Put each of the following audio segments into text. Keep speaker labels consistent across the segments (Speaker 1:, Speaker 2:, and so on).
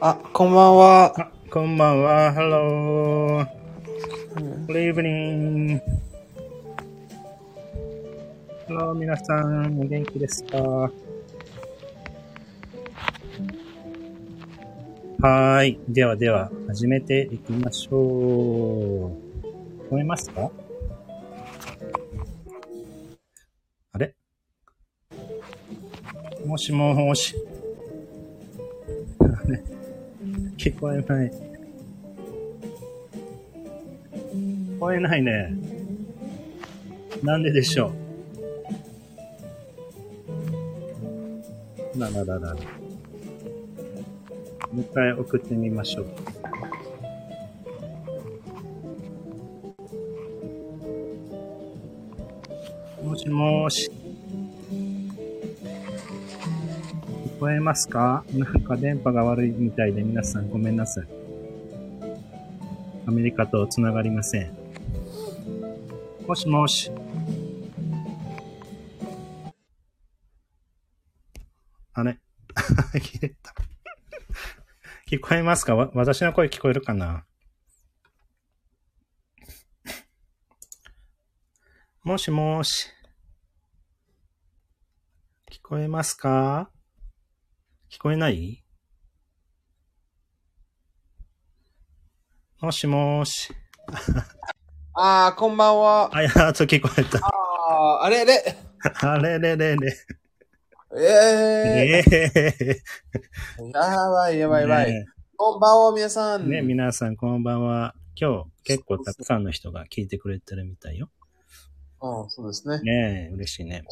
Speaker 1: あ、こんばんは。
Speaker 2: あ、こんばんは。Hello. Good evening. Hello, 皆さん。お元気ですかはーい。ではでは、始めていきましょう。聞こえますかあれもしもーし。あれ聞こえない。聞こえないね。なんででしょう。ならららら。もう一回送ってみましょう。もしもし。聞こえますかなんか電波が悪いみたいで皆さんごめんなさい。アメリカとつながりません。もしもし。あれ 切れた。聞こえますかわ私の声聞こえるかなもしもし。聞こえますか聞こえないもしもーし。
Speaker 1: あー、こんばんは。
Speaker 2: あ、やっと聞こえた。
Speaker 1: あー、あれれ。
Speaker 2: あれれれれ。
Speaker 1: え
Speaker 2: ええ
Speaker 1: ー。やばいやばいやばい。
Speaker 2: ね
Speaker 1: こんばんは、皆さ
Speaker 2: え
Speaker 1: ん。
Speaker 2: ね、皆さんこんばんは。今日結構たくさんの人が聞いてくれてるみたいよ。
Speaker 1: うん、そうですね。
Speaker 2: ねえ、嬉しいね。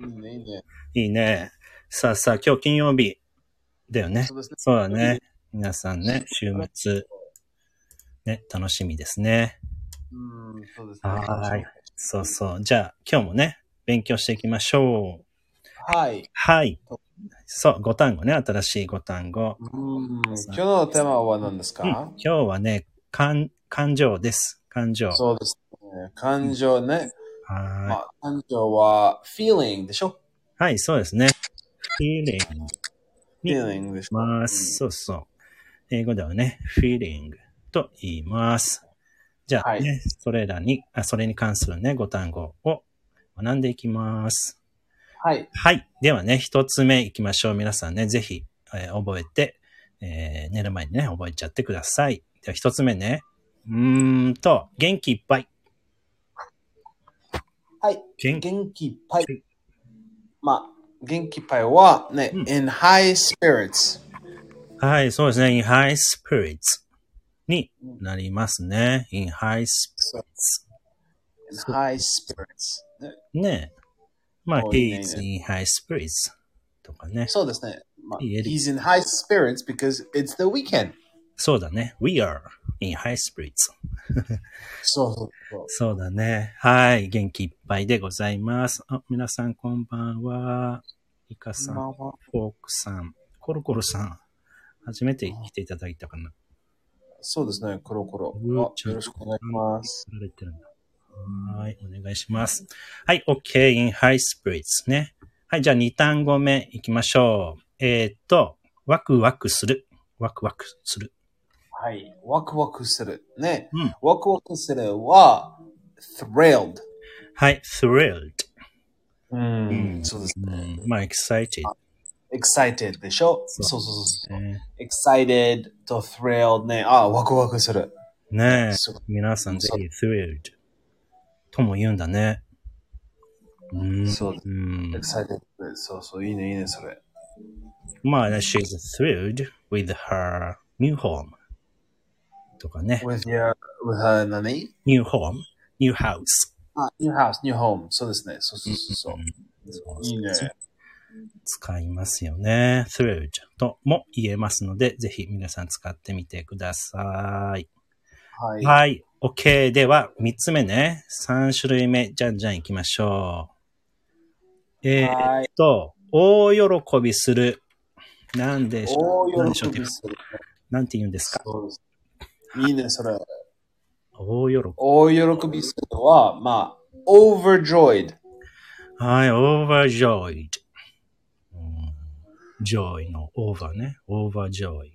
Speaker 1: いいね、いいね。
Speaker 2: いいね。さあさあ、今日金曜日だよね
Speaker 1: そ。うですね。
Speaker 2: そうだね。皆さんね、週末、ね、楽しみですね。
Speaker 1: うん、そうですね。
Speaker 2: はーい。そうそう。じゃあ、今日もね、勉強していきましょう。
Speaker 1: はい。
Speaker 2: はい。そう、5単語ね、新しい5単語。
Speaker 1: うん、今日のテーマは何です
Speaker 2: うん
Speaker 1: か
Speaker 2: 今、日はね、感、感情です。感情。
Speaker 1: そうですね。感情ね。ま
Speaker 2: は
Speaker 1: あ、感情は feeling でしょ
Speaker 2: い。はい、そうですね。feeling に
Speaker 1: ?feeling でしょ
Speaker 2: ます。そうそう。英語ではね、feeling と言います。じゃあね、
Speaker 1: は
Speaker 2: それらに、あ、それに関するね、5単語を学んでいきます。
Speaker 1: はい。
Speaker 2: はい。ではね、一つ目いきましょう。皆さんね、ぜひ、えー覚えて、えー寝る前にね、覚えちゃってください。では一つ目ね。うーんと、元気いっぱい。
Speaker 1: はい。
Speaker 2: 元気。
Speaker 1: 元気いっぱい。まあ、元気いっぱいはね、
Speaker 2: うん
Speaker 1: in high spirits。
Speaker 2: はい、そうですね。in high spirits になりますね。in high
Speaker 1: So,
Speaker 2: spirits.
Speaker 1: in high spirits。ね
Speaker 2: ねえ。まあ、
Speaker 1: おいい
Speaker 2: he's
Speaker 1: ね
Speaker 2: in high spirits とかね。
Speaker 1: そうですね。まあ、
Speaker 2: いいえ
Speaker 1: he's in high spirits because it's the weekend.
Speaker 2: そうだね。we are in high spirits.
Speaker 1: そうそうそう。
Speaker 2: そうだね。はい。元気いっぱいでございます。あ、皆さんこんばんは。イカさん、
Speaker 1: まあ
Speaker 2: フ
Speaker 1: まあ
Speaker 2: ォークさん、コロコロさん。初めて来ていただいたかな。
Speaker 1: そうですね、コロコロ。
Speaker 2: うん
Speaker 1: あよろしくお願いします。
Speaker 2: られてるんだ。はーい。お願いします。はい。OK in high spirits ね。はい。じゃあ2単語目いきましょう。えーっと、ワクワクする。ワクワクする。
Speaker 1: はい。ワクワクする。ね。
Speaker 2: うん
Speaker 1: ワクワクするは、thrilled。
Speaker 2: はい。thrilled。
Speaker 1: う
Speaker 2: うん
Speaker 1: そうです
Speaker 2: う
Speaker 1: ね
Speaker 2: ん。。まあ、excited。
Speaker 1: excited でしょ
Speaker 2: そう
Speaker 1: そうそうそうそう。
Speaker 2: ね
Speaker 1: excited と thrilled ah, ね。あ、ワクワクする。
Speaker 2: ねえ。
Speaker 1: そう
Speaker 2: 皆さんぜひ thrilled とも言うんだね。うん。
Speaker 1: そうで
Speaker 2: ん
Speaker 1: excited そうそう、いいね、いいね、それ。
Speaker 2: まあね、she's thrilled with her new home. とかね。
Speaker 1: with your, with her 何
Speaker 2: new home, new house.
Speaker 1: あ、new house, new home. そうですね。そうそうそう。そういいね。
Speaker 2: 使いますよね。thrilled とも言えますので、ぜひ皆さん使ってみてください。
Speaker 1: はい。
Speaker 2: はい。OK。では、3つ目ね。3種類目。じゃんじゃん行きましょう。えー、
Speaker 1: はい。
Speaker 2: と、大喜びする。なんでしょう。なん
Speaker 1: 大
Speaker 2: でしょうっ
Speaker 1: 喜
Speaker 2: ていう
Speaker 1: び
Speaker 2: か
Speaker 1: する。
Speaker 2: なんて言うんですか。
Speaker 1: そうですいいね、それ。
Speaker 2: 大喜び。
Speaker 1: 大喜びするは、まあ、overjoyed。
Speaker 2: はい、overjoyed。うん joy の over ね。overjoyed。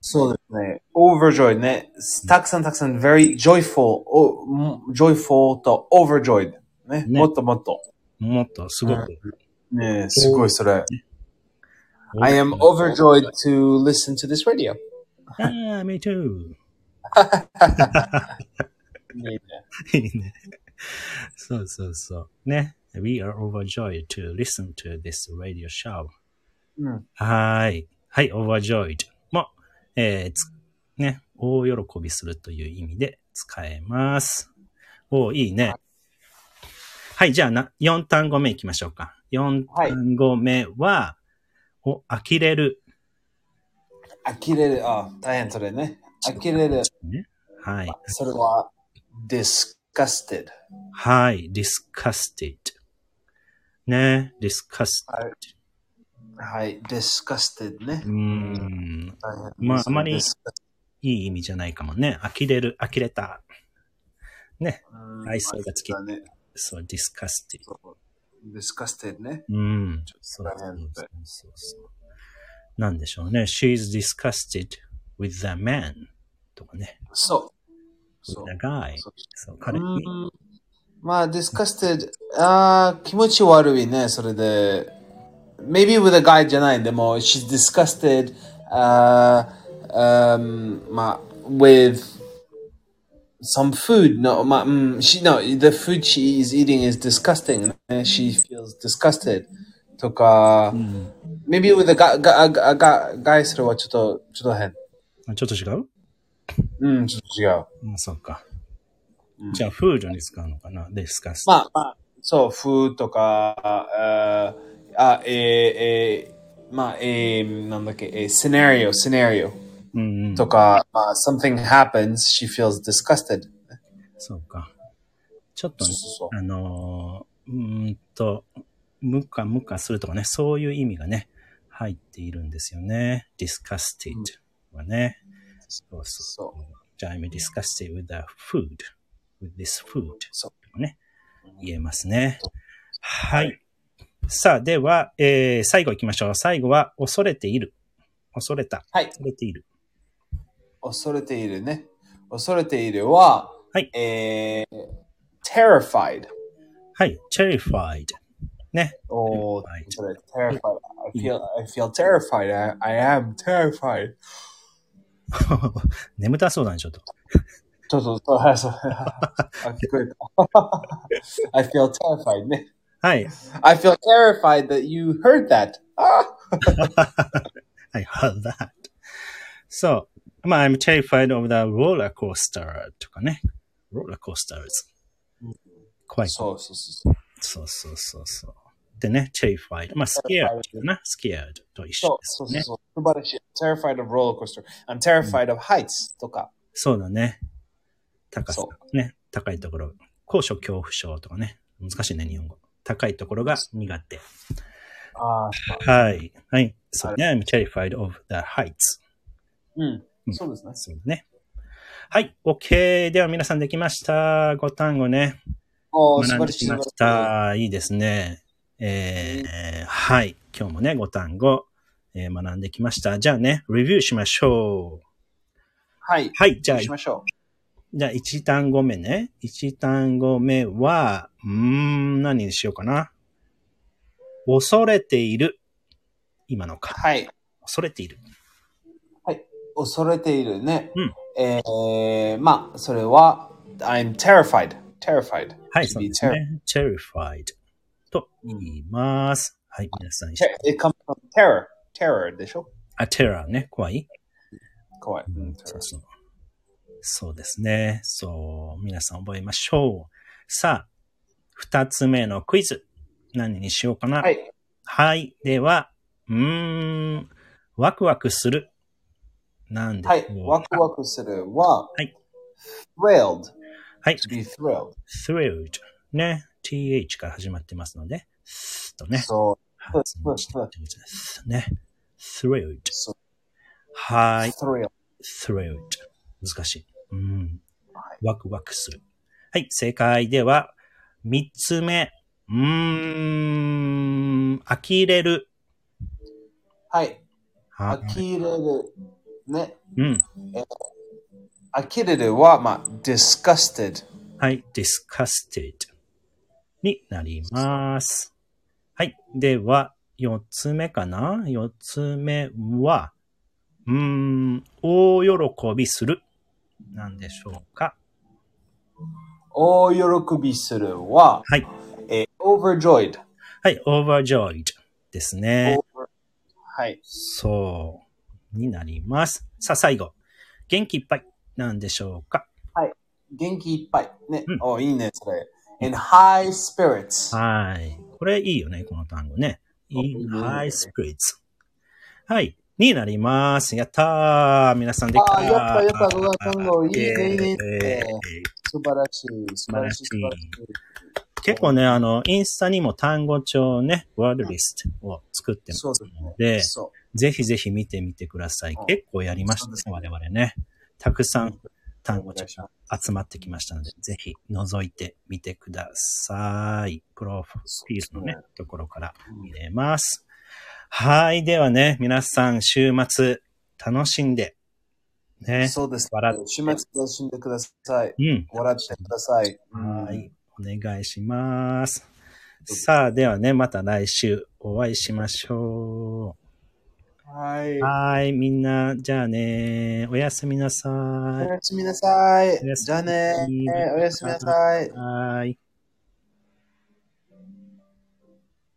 Speaker 1: そうですね。overjoyed ね。たくさんたくさん、very joyful, おも joyful と overjoyed ね。
Speaker 2: ね
Speaker 1: もっともっと。
Speaker 2: もっとすごく。
Speaker 1: ねすごいそれ。I am overjoyed to listen to this radio.
Speaker 2: ああ、me too.
Speaker 1: いいね
Speaker 2: いいね。そうそうそう。ね。We are overjoyed to listen to this radio show.
Speaker 1: うん。
Speaker 2: はーい。はい、overjoyed も、えーつね、大喜びするという意味で使えます。おーいいね。はい、じゃあな、4単語目いきましょうか。4
Speaker 1: はい
Speaker 2: 単語目は、お、呆れる。
Speaker 1: 呆れる。あ、大変それね。呆れる。
Speaker 2: ね。はい。
Speaker 1: それは disgusted。
Speaker 2: はい、disgusted。ね、disgusted。
Speaker 1: はいはい、disgusted ね
Speaker 2: うー。ん、
Speaker 1: 大変です
Speaker 2: まああまり
Speaker 1: disgusted
Speaker 2: いい意味じゃないかもね。呆れる、呆れた。
Speaker 1: うん
Speaker 2: 愛想が尽き
Speaker 1: だね。
Speaker 2: そう、disgusted。
Speaker 1: disgusted ね。
Speaker 2: うん。
Speaker 1: そうだね
Speaker 2: そうそう。なんでしょうね。She's disgusted with the man とかね。
Speaker 1: そう。そう
Speaker 2: with the。guy。
Speaker 1: そう
Speaker 2: そう、彼
Speaker 1: う
Speaker 2: に。
Speaker 1: んまあ、disgusted、あー気持ち悪いね、それで。Maybe with a guy じゃない、でも、she's disgusted、uh, um, まあ、with some food. No, まあ、うん、she, no, the food she is eating is disgusting. ね She feels disgusted. とか、maybe with a guy, guy, guy, guy それはちょっと、ちょっと変。
Speaker 2: あちょっと違う
Speaker 1: うん、ちょっと違う。
Speaker 2: うん、そうか。じゃあ、フードに使うのかな ?disgusted。
Speaker 1: まあまあ、そう、風とか、あー、あえー、えー、まあ、えー、なんだっけ、えー、scenario、scenario
Speaker 2: うんうん。
Speaker 1: とか、まあ、something happens, she feels disgusted.
Speaker 2: そうか。ちょっとね、
Speaker 1: そうそう
Speaker 2: あのー、うーんと、ムカムカするとかね、そういう意味がね、入っているんですよね。disgusted はね。そうそう。
Speaker 1: そう。
Speaker 2: じゃあ、I'm disgusted with the food, with this food.。
Speaker 1: そう
Speaker 2: ね。言えますね。はい。さあ、では、えー、最後行きましょう。最後は、恐れている。恐れた。
Speaker 1: はい
Speaker 2: 恐れている。
Speaker 1: 恐れているね。恐れているは、
Speaker 2: はい
Speaker 1: えー、terrified.
Speaker 2: はい。terrified。ね。
Speaker 1: おー
Speaker 2: Terrified
Speaker 1: それ terrified. I feel, I feel terrified. I, I am terrified.
Speaker 2: 眠たそうだね、ちょっと。
Speaker 1: ちょっと、そうはい そうあ聞こえた I feel terrified ね。
Speaker 2: はい。
Speaker 1: I feel terrified that you heard that. Ah, あ
Speaker 2: I heard that. そう。まあ、I'm terrified of the roller coaster とかね。roller coasters. 怖い。
Speaker 1: そうそうそう。
Speaker 2: そうそうそうそう。でね、terrified。まあ、scared かな scared と一緒
Speaker 1: そうそ
Speaker 2: で
Speaker 1: う
Speaker 2: すね。
Speaker 1: そう。素晴らしい。terrified of roller coaster. I'm terrified of heights とか。
Speaker 2: そうだね。高さ
Speaker 1: そ。
Speaker 2: ね。高いところ。高所恐怖症とかね。難しいね、日本語。高いところが苦手。
Speaker 1: ああ、
Speaker 2: はい。はい。そうね。I'm terrified of the heights.
Speaker 1: うん。そうですね。
Speaker 2: そうだね。はい。OK。では皆さんできました。5単語ね。
Speaker 1: おー素晴
Speaker 2: 学ん
Speaker 1: ら
Speaker 2: で
Speaker 1: しい。
Speaker 2: き
Speaker 1: 素晴
Speaker 2: ま
Speaker 1: らし
Speaker 2: し
Speaker 1: い
Speaker 2: た。いいですね。えー、はい。今日もね、5単語、えー学んできました。じゃあね、レビューしましょう。
Speaker 1: はい。
Speaker 2: はい。じゃあ、
Speaker 1: しましょ
Speaker 2: じゃあ1単語目ね。1単語目は、うーん、何にしようかな。恐れている。今の
Speaker 1: う。
Speaker 2: か。
Speaker 1: はい。
Speaker 2: 恐れている。
Speaker 1: はい。恐れているね。
Speaker 2: うん
Speaker 1: えー、まあ、それは、I'm terrified. Terrified.
Speaker 2: はい、
Speaker 1: To
Speaker 2: そう
Speaker 1: be
Speaker 2: ですね。terrified と言います。はい、皆さん
Speaker 1: terrified.。Ter- It comes from terror. Terror でしょ
Speaker 2: あ、terror ね、怖い。
Speaker 1: 怖い。う
Speaker 2: うん
Speaker 1: ん、
Speaker 2: そ
Speaker 1: terror
Speaker 2: うそう。そうですね。そう。皆さん覚えましょう。さあ、二つ目のクイズ。何にしようかな。
Speaker 1: は
Speaker 2: はい。
Speaker 1: い。
Speaker 2: では、うーん、ワクワクする。なんで
Speaker 1: はい。
Speaker 2: しょう
Speaker 1: ワクワクするは、
Speaker 2: はい。
Speaker 1: thrilled.
Speaker 2: はい。
Speaker 1: to be thrilled.
Speaker 2: thrilled。ね。th から始まってますので、スとね。
Speaker 1: そう
Speaker 2: 発音してみてくださいね。thrilled。
Speaker 1: そう
Speaker 2: はーい。
Speaker 1: thrilled.
Speaker 2: thrilled。難しい。うん。ワクワクする。はい、正解では、三つ目。うーん、呆れる。
Speaker 1: はい。
Speaker 2: は
Speaker 1: 呆れる。ね。
Speaker 2: うん。
Speaker 1: 呆れるは、まあ、disgusted。
Speaker 2: はい、disgusted になります。はい、では、四つ目かな四つ目は、うーん、大喜びする。なんでしょうか
Speaker 1: 大喜びするは、
Speaker 2: はい、
Speaker 1: えー overjoyed。
Speaker 2: はい、overjoyed ですね。
Speaker 1: over- はい。
Speaker 2: そう、になります。さあ、最後。元気いっぱい。なんでしょうか
Speaker 1: 元気いっぱい。ね
Speaker 2: うん。
Speaker 1: お、いいね、それ。in high spirits。
Speaker 2: はい。これいいよね、この単語ね。in
Speaker 1: うん
Speaker 2: high spirits。はい。になります。やったー皆さんできた
Speaker 1: あーやったやったこの単語いいね
Speaker 2: えー
Speaker 1: いいね
Speaker 2: え
Speaker 1: 素晴らしい。素晴らしい。素
Speaker 2: 素
Speaker 1: 晴
Speaker 2: 晴ら
Speaker 1: ら
Speaker 2: し
Speaker 1: し
Speaker 2: い
Speaker 1: い。
Speaker 2: ー結構ね、あの、インスタにも単語帳ね、ワードリストを作ってます
Speaker 1: そうです
Speaker 2: ので、
Speaker 1: ね。そう。
Speaker 2: ぜひぜひ見てみてください
Speaker 1: うん。
Speaker 2: 結構やりましたね
Speaker 1: そうです、ね
Speaker 2: 我々ね。たくさん単語
Speaker 1: お願
Speaker 2: 帳
Speaker 1: いしま
Speaker 2: 集まってきましたので、ぜひ覗いてみてください。プロフィールのね、ところから見れます。はい。ではね、皆さん週末楽しんで、ね。
Speaker 1: そうです、
Speaker 2: 笑っ
Speaker 1: ね。週末楽しんでください。
Speaker 2: うん。
Speaker 1: 笑ってください。
Speaker 2: は。い。お願いします。さあ、ではね、また来週お会いしましょ
Speaker 1: はい。
Speaker 2: う。はい。みんな、じゃあね、おやすみなさ
Speaker 1: お
Speaker 2: い。
Speaker 1: やすみなさい
Speaker 2: おやすみ。
Speaker 1: じゃあね。おやすみなさい。
Speaker 2: はい。